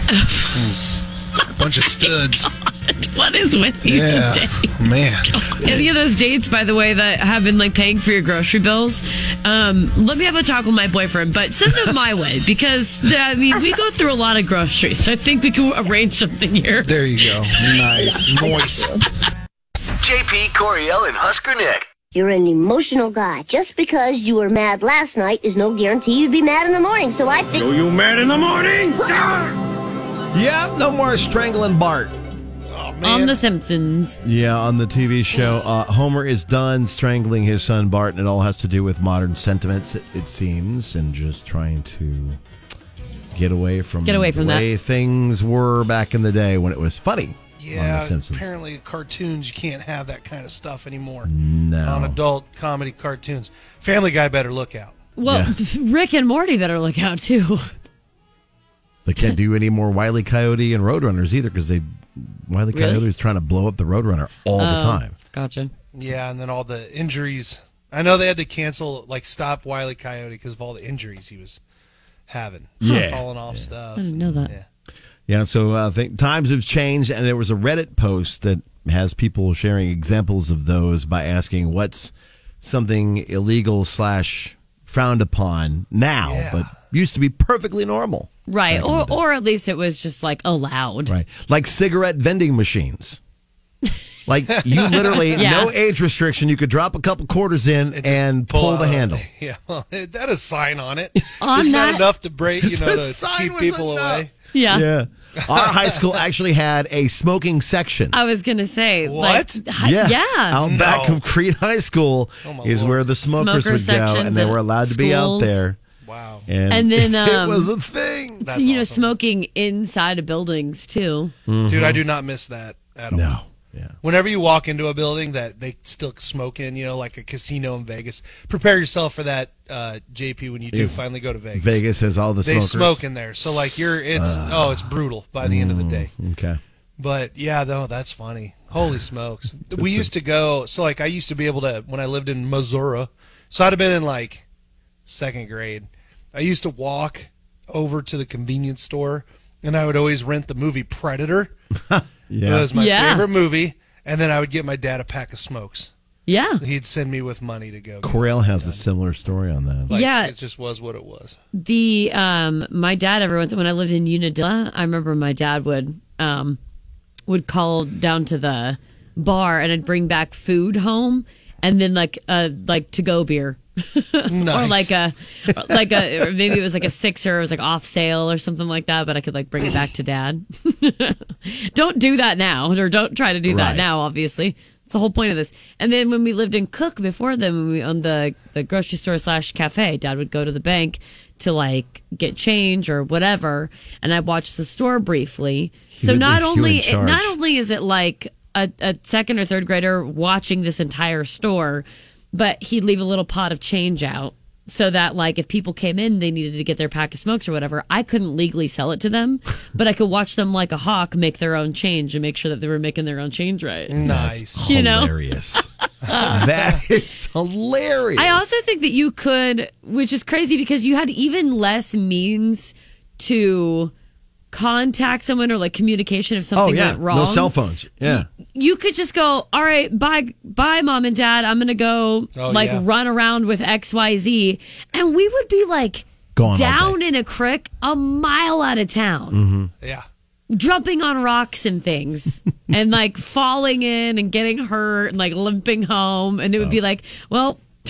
Mm. bunch of studs.
What is with you
Yeah.
today?
Man.
Any of those dates, by the way, that have been like paying for your grocery bills, um, let me have a talk with my boyfriend, but send them my way because, I mean, we go through a lot of groceries. I think we can arrange something here.
There you go. Nice. Moist.
JP Coriel and Husker Nick.
You're an emotional guy. Just because you were mad last night is no guarantee you'd be mad in the morning. So I think.
Are you mad in the morning? Yeah, no more strangling Bart.
On The Simpsons.
Yeah, on the TV show, uh, Homer is done strangling his son Bart, and it all has to do with modern sentiments, it, it seems, and just trying to get away from
Get away from
the
that.
way things were back in the day when it was funny. on
Yeah,
the Simpsons.
apparently cartoons you can't have that kind of stuff anymore.
No.
On adult comedy cartoons. Family Guy better look out.
Well, Rick and Morty better look out, too.
They can't do any more Wiley Coyote and Roadrunners either because they Wiley
Really?
Coyote is trying to blow up the Roadrunner all the
Oh.
time.
Gotcha.
Yeah, and then all the injuries. I know they had to cancel, like, stop Wiley Coyote because of all the injuries he was having.
Yeah.
Falling off stuff.
I didn't know that.
Yeah, so uh, I think times have changed, and there was a Reddit post that has people sharing examples of those by asking what's something illegal slash frowned upon now, but used to be perfectly normal.
Right. Or, or at least it was just like allowed.
Right. Like cigarette vending machines. Like you literally
Yeah.
no age restriction. You could drop a couple quarters in and pull the
out.
handle.
Yeah, well, it- that is sign on it.
On
Isn't
that-
that enough to break, you know,
The
to
sign
keep
was
people
enough.
away?
Yeah.
Yeah. Our high school actually had a smoking section.
I was going to say. Like, hi-
yeah.
yeah.
Out back of Creed High School is where the smokers
Smoker
would go, and
sections
they
at
were allowed to be out
schools.
there.
Wow.
And,
And then um,
it was a thing.
so, you know, smoking inside of buildings too.
Dude, I do not miss that at
Mm-hmm.
all.
No.
Whenever you walk into a building that they still smoke in, you know, like a casino in Vegas, prepare yourself for that, uh, JP, when you do
If
finally go to Vegas.
Vegas has all the
They
smokers.
smoke in there. So, like, you're, it's,
Ah.
oh, it's brutal by the end of the day.
Mm, Okay.
But yeah, no, that's funny. Holy smokes. we used to go so like I used to be able to when I lived in Missouri. So I'd have been in like second grade. I used to walk over to the convenience store and I would always rent the movie Predator.
Yeah.
It was my
Yeah.
favorite movie. And then I would get my dad a pack of smokes.
Yeah.
He'd send me with money to go. get it.
Corral has a similar story on that.
Like,
Yeah.
It just was what it was.
The um, my dad every once when I lived in Unadilla, I remember my dad would um, would call down to the bar and I'd bring back food home and then like uh like to go beer. or
Nice.
like a like a or maybe it was like a sixer, it was like off sale or something like that, but I could like bring it back to dad. don't do that now, or don't try to do that
Right.
now. Obviously, it's the whole point of this. And then when we lived in Cook before then, when we owned the the grocery store slash cafe, Dad would go to the bank to like get change or whatever, and I watched the store briefly.
He
so
was-
not
he was
only
in charge.
not only is it like a, a second or third grader watching this entire store, but he'd leave a little pot of change out. So that, like, if people came in, they needed to get their pack of smokes or whatever. I couldn't legally sell it to them, but I could watch them like a hawk make their own change and make sure that they were making their own change right.
Nice.
You know?
Hilarious. that is hilarious.
I also think that you could, which is crazy because you had even less means to contact someone or like communication if
oh
something
yeah.
went wrong.
No cell phones. Yeah.
You could just go, all right, bye, bye, mom and dad. I'm gonna go
Oh,
like
yeah.
run around with X, Y, Z, and we would be like
Gone all
down in a creek a mile out of town,
Mm-hmm.
Yeah.
jumping on rocks and things, and like falling in and getting hurt and like limping home, and it would
Oh.
be like, well,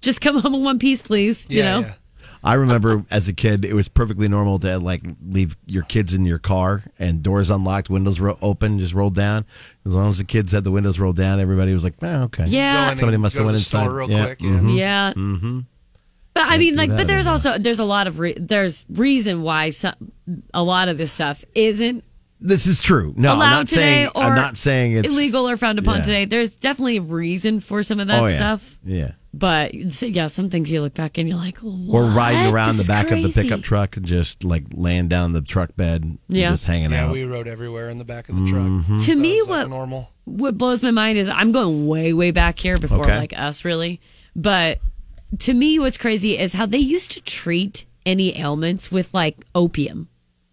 just come home in one piece, please. you know,
I remember as a kid, it was perfectly normal to like leave your kids in your car and doors unlocked, windows ro- open, just rolled down. As long as the kids had the windows rolled down, everybody was like, "Ah, okay,
Yeah. Go in
somebody
and
must
go
have
to
went
the store
inside."
real
yeah.
quick, yeah.
hmm
Yeah.
hmm
But I
Can't
mean,
do
like,
that
but there's
anymore.
also there's a lot of re- there's reason why some, a lot of this stuff isn't
This is true. No, I'm
allowed
not
today
saying.
or
I'm not saying it's
illegal or frowned upon
yeah.
today. There's definitely a reason for some of that
Oh, yeah.
stuff.
Yeah.
But so, yeah, some things you look back and you're like, what?
Or riding around
This
the
is
back of the
crazy."
pickup truck and just like laying down the truck bed, and
Yeah.
just hanging
yeah,
out.
we rode everywhere in the back of the truck.
Mhm.
To me,
was, like,
what
normal?
What blows my mind is I'm going way way back here before
Okay.
like us really, but to me, what's crazy is how they used to treat any ailments with like opium.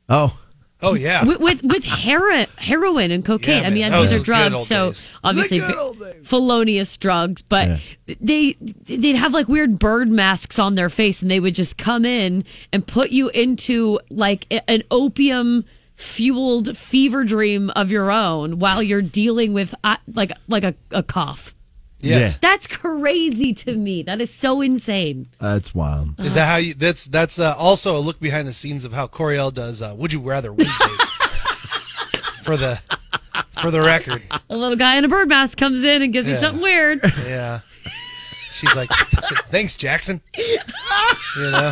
oh,
Oh yeah.
with with, with hero, heroin and cocaine.
Yeah,
I mean,
man, those
these
are
are
the good
drugs,
old
so
days.
obviously
The good
fe- felonious drugs. But they they'd have like weird bird masks on their face, and they would just come in and put you into like a- an opium fueled fever dream of your own while you're dealing with uh, like like a, a cough.
Yes.
That's crazy to me. That is so insane.
That's wild.
Is that how you? That's that's uh, also a look behind the scenes of how Coriel does. Uh, Would you rather Wednesdays for the for the record?
A little guy in a bird mask comes in and gives you
Yeah.
something weird.
Yeah, she's like, thanks, Jackson. You know,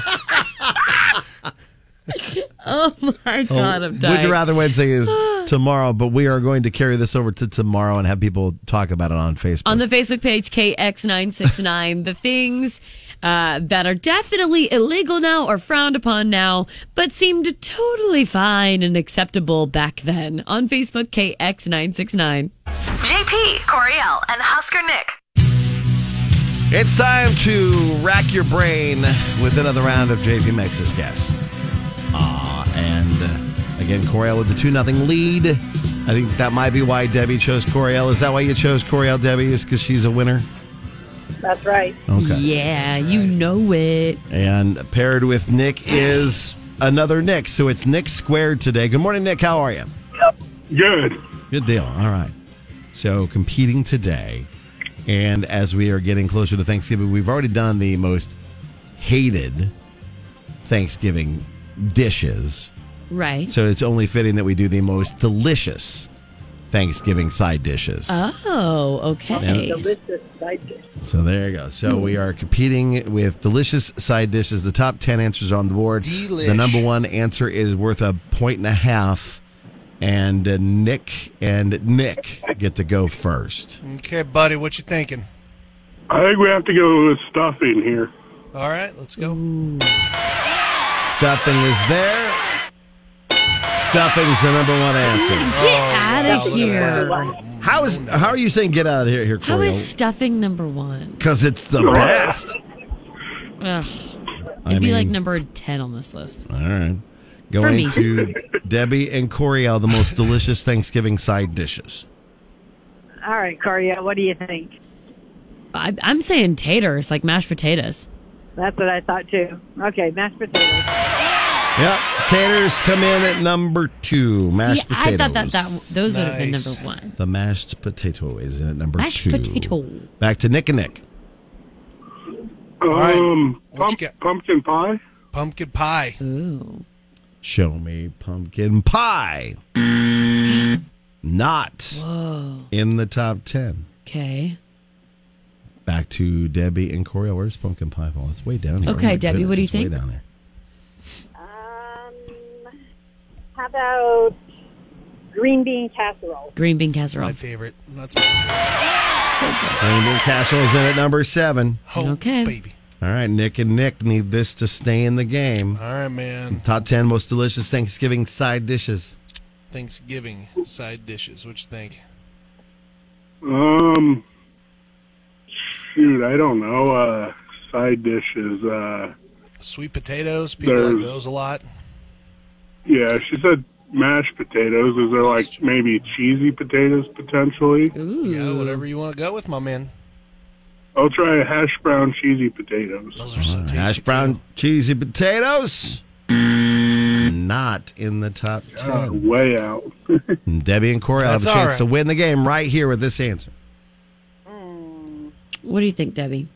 Oh my
Oh,
god, I'm dying.
Would you rather Wednesday is tomorrow, but we are going to carry this over to tomorrow and have people talk about it on Facebook.
on the Facebook page KX969 the things uh, that are definitely illegal now or frowned upon now, but seemed totally fine and acceptable back then on Facebook KX969.
JP, Coriel, and Husker Nick.
It's time to rack your brain with another round of JP Max's guess. Ah, and uh, again, Coriel with the 2 nothing lead. I think that might be why Debbie chose Coriel. Is that why you chose Coriel, Debbie? Is because she's a winner?
That's right.
Okay.
Yeah, you know it.
And paired with Nick is another Nick. So it's Nick squared today. Good morning, Nick. How are you?
Good.
Good deal. All right. So competing today. And as we are getting closer to Thanksgiving, we've already done the most hated Thanksgiving dishes.
Right.
So it's only fitting that we do the most delicious Thanksgiving side dishes.
Oh, okay.
Yeah. So there you go. So we are competing with delicious side dishes. The top 10 answers are on the board.
Delish.
The number one answer is worth a point and a half. And uh, Nick and Nick get to go first.
okay, buddy, what you thinking?
I think we have to go with stuffing here.
All right, let's go.
Stuffing is there. Stuffing's the number one answer.
Get out of here.
How is how are you saying get out of here here,
How is
Coriel?
stuffing number one?
Because it's the best.
Ugh. It'd
I
be like
mean-
number 10 on this list.
All right.
For
Going
me.
to Debbie and Coriel, the most delicious Thanksgiving side dishes.
All right, Coria, what do you think?
I, I'm saying taters, like mashed potatoes.
That's what I thought too. Okay, mashed potatoes.
Yep. Taters come in at number two. Mashed
See,
potatoes.
I thought that, that those would have been number one.
The mashed potato is in at number
Mashed
two.
potato.
Back to Nick and Nick.
Um, pump, pumpkin pie.
Pumpkin pie.
Ooh.
Show me pumpkin pie. Not
Whoa.
in the top ten.
Okay.
Back to Debbie and Coriel. Where's pumpkin pie fall? It's way down here.
Okay,
Oh my
Debbie, what do you
it's way
think?
down there.
Um, How about green bean casserole?
Green bean casserole.
My favorite. That's my favorite.
Green bean casserole is in at number seven.
okay.
All right, Nick and Nick need this to stay in the game.
All right, man.
Top ten most delicious Thanksgiving side dishes.
Thanksgiving side dishes. What you think?
Um, shoot, I don't know. Uh, side dishes. Uh,
Sweet potatoes. People like
There's-
those a lot.
yeah, she said mashed potatoes. Is there like maybe cheesy potatoes potentially?
Yeah, whatever you want to go with, my man.
I'll try a hash brown cheesy potatoes.
Those are so tasty.
Uh, Hash brown cheesy potatoes. Not in the top
Uh,
ten.
way out.
And Debbie and Corey have
That's
a
all
chance
right.
to win the game right here with this answer.
What do you think, Debbie?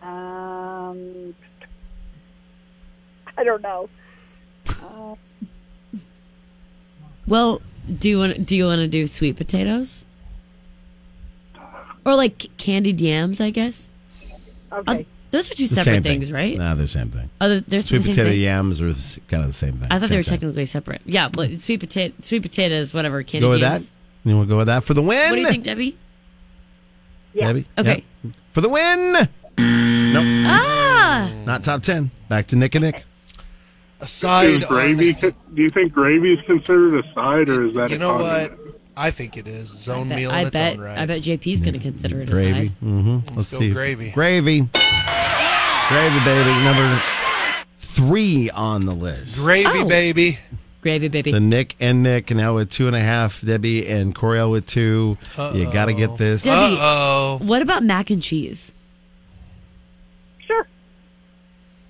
Um, I don't know. Uh,
Well, do you want do you want to do sweet potatoes? Or like candied yams, I guess. Okay. those are two
The
separate
same thing.
things, right?
No, they're the same thing.
Oh, they're- they're
sweet
the same
potato
thing?
yams are the- kind of the same thing.
I thought they
Same
were
thing. Mm.
technically separate. Yeah, but sweet potato, sweet potatoes, whatever. Candied
Go with
yams.
that. You want to go with that for the win?
What do you think, Debbie?
Debbie?
Okay.
Yep. For the win. Nope.
Ah.
Not top ten. Back to Nick and Nick.
A side
Dude, gravy. Do you think gravy is considered a side, or is that
You
a
know
condiment?
what? I think it is its own
Bet-
meal in
I
its
bet.
own right.
I bet JP's going to consider it
Gravy.
aside.
Mm-hmm. Let's,
go
see.
gravy.
Gravy. Gravy, baby. Number three on the list.
Oh.
Gravy, baby.
Gravy, baby.
So Nick and Nick now with two and a half. Debbie and Coriel with 2 You got to get this.
Debbie, what about mac and cheese?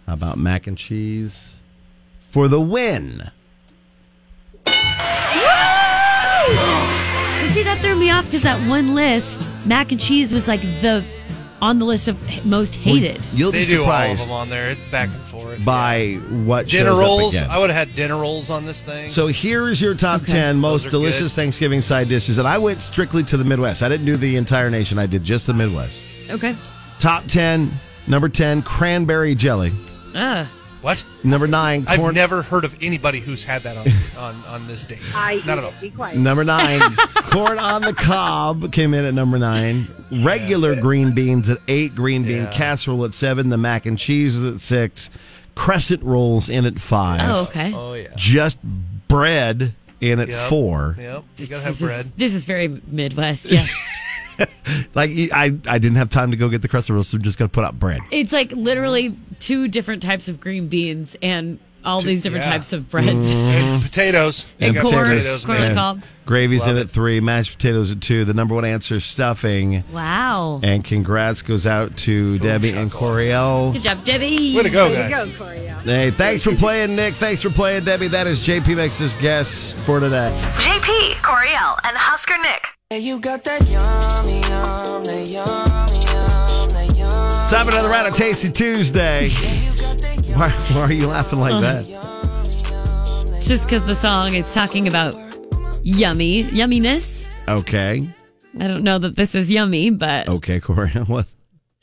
How about mac and cheese for the win?
You see, that threw me off because that one list, mac and cheese was like the on the list of h- most hated.
You'll
they
be
do all of
surprised
them on there. It's back and forth.
by what
dinner
shows
rolls.
Up again.
I would have had dinner rolls on this thing.
So here's your top 10 most
Those are
delicious Thanksgiving side dishes. And I went strictly to the Midwest. I didn't do the entire nation, I did just the Midwest.
Okay.
Top 10, number 10, cranberry jelly.
Uh,
what?
Number 9,
I've
corn.
never heard of anybody who's had that on on, on this date.
I
Not at all.
Be quiet.
Number nine, corn on the cob came in at number nine. Regular green beans at eight, green bean casserole at seven, the mac and cheese was at six, crescent rolls in at five.
Oh, okay.
Oh, yeah.
Just bread in at
Yep.
four.
Yep. You
This,
gotta have
this is,
bread.
this is very Midwest. Yes.
Like I, I didn't have time to go get the crescent rolls, so I'm just gonna put out bread.
it's like literally two different types of green beans and all these different
yeah. Mm.
types of breads.
And potatoes.
And
You got
corn.
potatoes,
Corn on the
man.
cob.
Gravy's
Love
in
it.
at three, mashed potatoes at two. The number one answer is stuffing.
Wow.
And congrats goes out to Debbie and Coriel.
Good job, Debbie.
Way to go, Way to
There
guys.
you go, Corey.
Hey, thanks for playing, Nick. Thanks for playing, Debbie. That is JP Mix's guess for today.
JP, Coriel, and Husker Nick. you got that
Time for another round of Tasty Tuesday. Why, why are you laughing like that?
Just because the song is talking about yummy, yumminess.
Okay.
I don't know that this is yummy, but
Oh.
Okay, Corey. What, what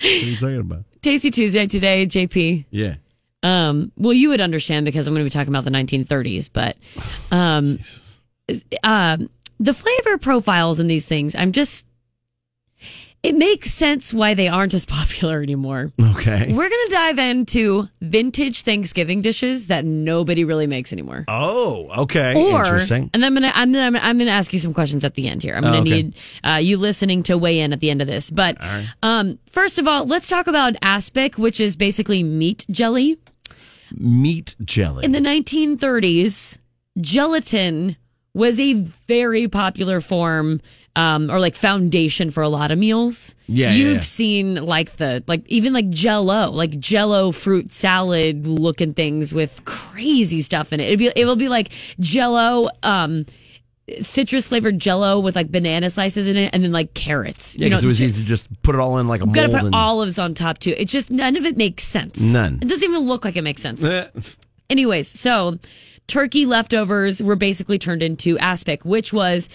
are you talking about?
Tasty Tuesday today, JP.
Yeah.
Um, well, you would understand because I'm going to be talking about the 1930s, but um, is- um, the flavor profiles in these things, I'm just, it makes sense why they aren't as popular anymore.
Okay.
We're going to dive into vintage Thanksgiving dishes that nobody really makes anymore.
Oh, okay.
Or,
Interesting.
and I'm gonna, I'm gonna, I'm gonna ask you some questions at the end here. I'm gonna
Oh, okay.
need uh, you listening to weigh in at the end of this. But
right.
um, first of all, let's talk about aspic, which is basically meat jelly.
Meat jelly.
In the 1930s, gelatin was a very popular form um, or like foundation for a lot of meals.
Yeah, yeah,
You've
yeah.
seen like the, like even like jello, like jello fruit salad looking things with crazy stuff in it. It'd be, it will be like jello, um, citrus flavored jello with like banana slices in it and then like carrots.
yeah, because it was
j-
easy to just put it all in like a
You've
mold.
got to put
and-
olives on top too. It just, none of it makes sense.
None.
It doesn't even look like it makes sense.
Eh.
Anyways, so turkey leftovers were basically turned into aspic, which was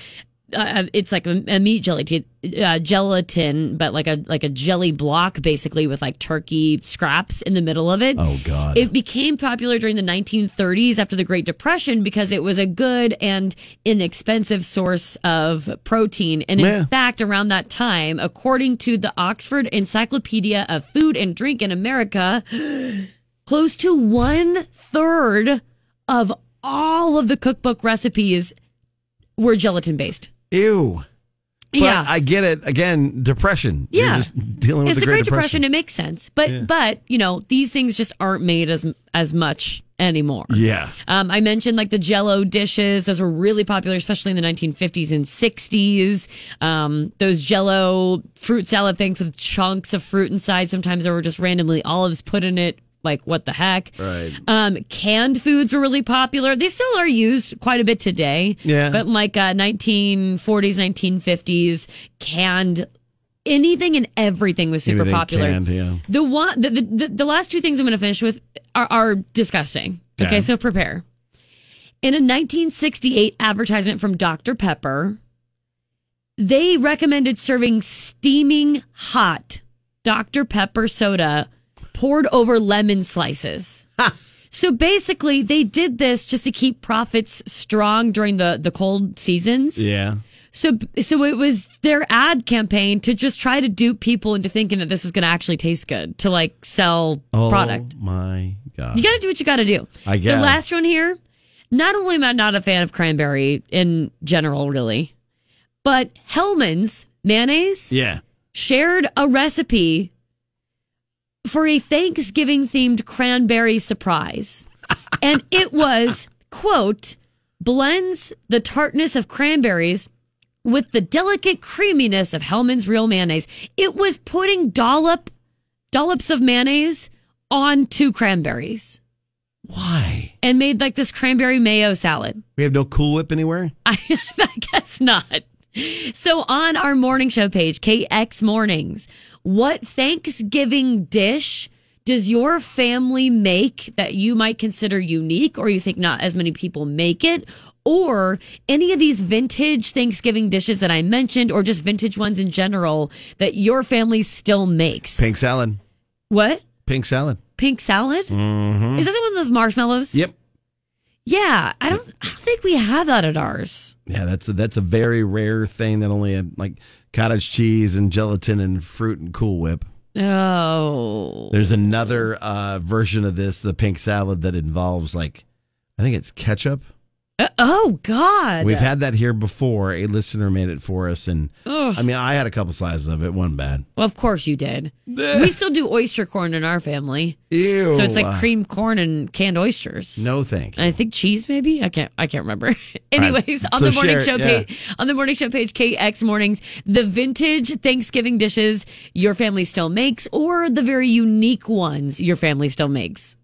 uh, it's like a, a meat gelatin, uh, gelatin, but like a like a jelly block, basically with like turkey scraps in the middle of it.
Oh, God.
It became popular during the 1930s after the Great Depression because it was a good and inexpensive source of protein. And in
Yeah.
fact, around that time, according to the Oxford Encyclopedia of Food and Drink in America, close to one third of all of the cookbook recipes were gelatin based.
Ew. But
yeah.
I get it. Again, depression. You're
Yeah.
just dealing with
it's
the Great Depression.
It makes sense, but
Yeah.
but you know these things just aren't made as as much anymore.
Yeah.
Um, I mentioned like the Jello dishes; those were really popular, especially in the 1950s and 60s. Um, those Jello fruit salad things with chunks of fruit inside. Sometimes there were just randomly olives put in it. Like what the heck?
Right.
Um, canned foods were really popular. They still are used quite a bit today.
Yeah.
But in like uh, 1940s, 1950s, canned anything and everything was super
Anything
popular.
canned, yeah.
The one, the, the, the, the last two things I'm going to finish with are, are disgusting.
Okay.
okay, so prepare. In a 1968 advertisement from Dr. Pepper, they recommended serving steaming hot Dr. Pepper soda poured over lemon slices. So basically, they did this just to keep profits strong during the, the cold seasons.
Yeah.
So, so it was their ad campaign to just try to dupe people into thinking that this is going to actually taste good to like sell
Oh,
product.
my God.
You got to do what you got to do.
I guess.
The last one here, not only am I not a fan of cranberry in general, really, but Hellman's mayonnaise
yeah.
shared a recipe for a Thanksgiving themed cranberry surprise. and it was, quote, blends the tartness of cranberries with the delicate creaminess of Hellman's real mayonnaise. It was putting dollop dollops of mayonnaise onto cranberries
Why?
and made like this cranberry mayo salad.
We have no Cool Whip anywhere?
I guess not. So on our morning show page, KX Mornings, what Thanksgiving dish does your family make that you might consider unique or you think not as many people make it? Or any of these vintage Thanksgiving dishes that I mentioned or just vintage ones in general that your family still makes?
Pink salad.
What?
Pink salad.
Pink salad?
Mm-hmm.
Is that the one with marshmallows?
Yep.
Yeah, I don't I don't think we have that at ours.
Yeah, that's a, that's a very rare thing that only had, like cottage cheese and gelatin and fruit and Cool Whip.
Oh.
There's another uh, version of this, the pink salad that involves like, I think it's ketchup.
Uh, oh God.
We've had that here before. A listener made it for us, and
Ugh.
I mean, I had a couple slices of it. One bad.
Well, of course you did. we still do oyster corn in our family.
Ew.
So it's like cream corn and canned oysters.
Oh, No thank.
And I think cheese maybe. I can't I can't remember. Anyways, on
So
the morning
share
show
it, yeah.
page on the morning show page KX Mornings, the vintage Thanksgiving dishes your family still makes or the very unique ones your family still makes.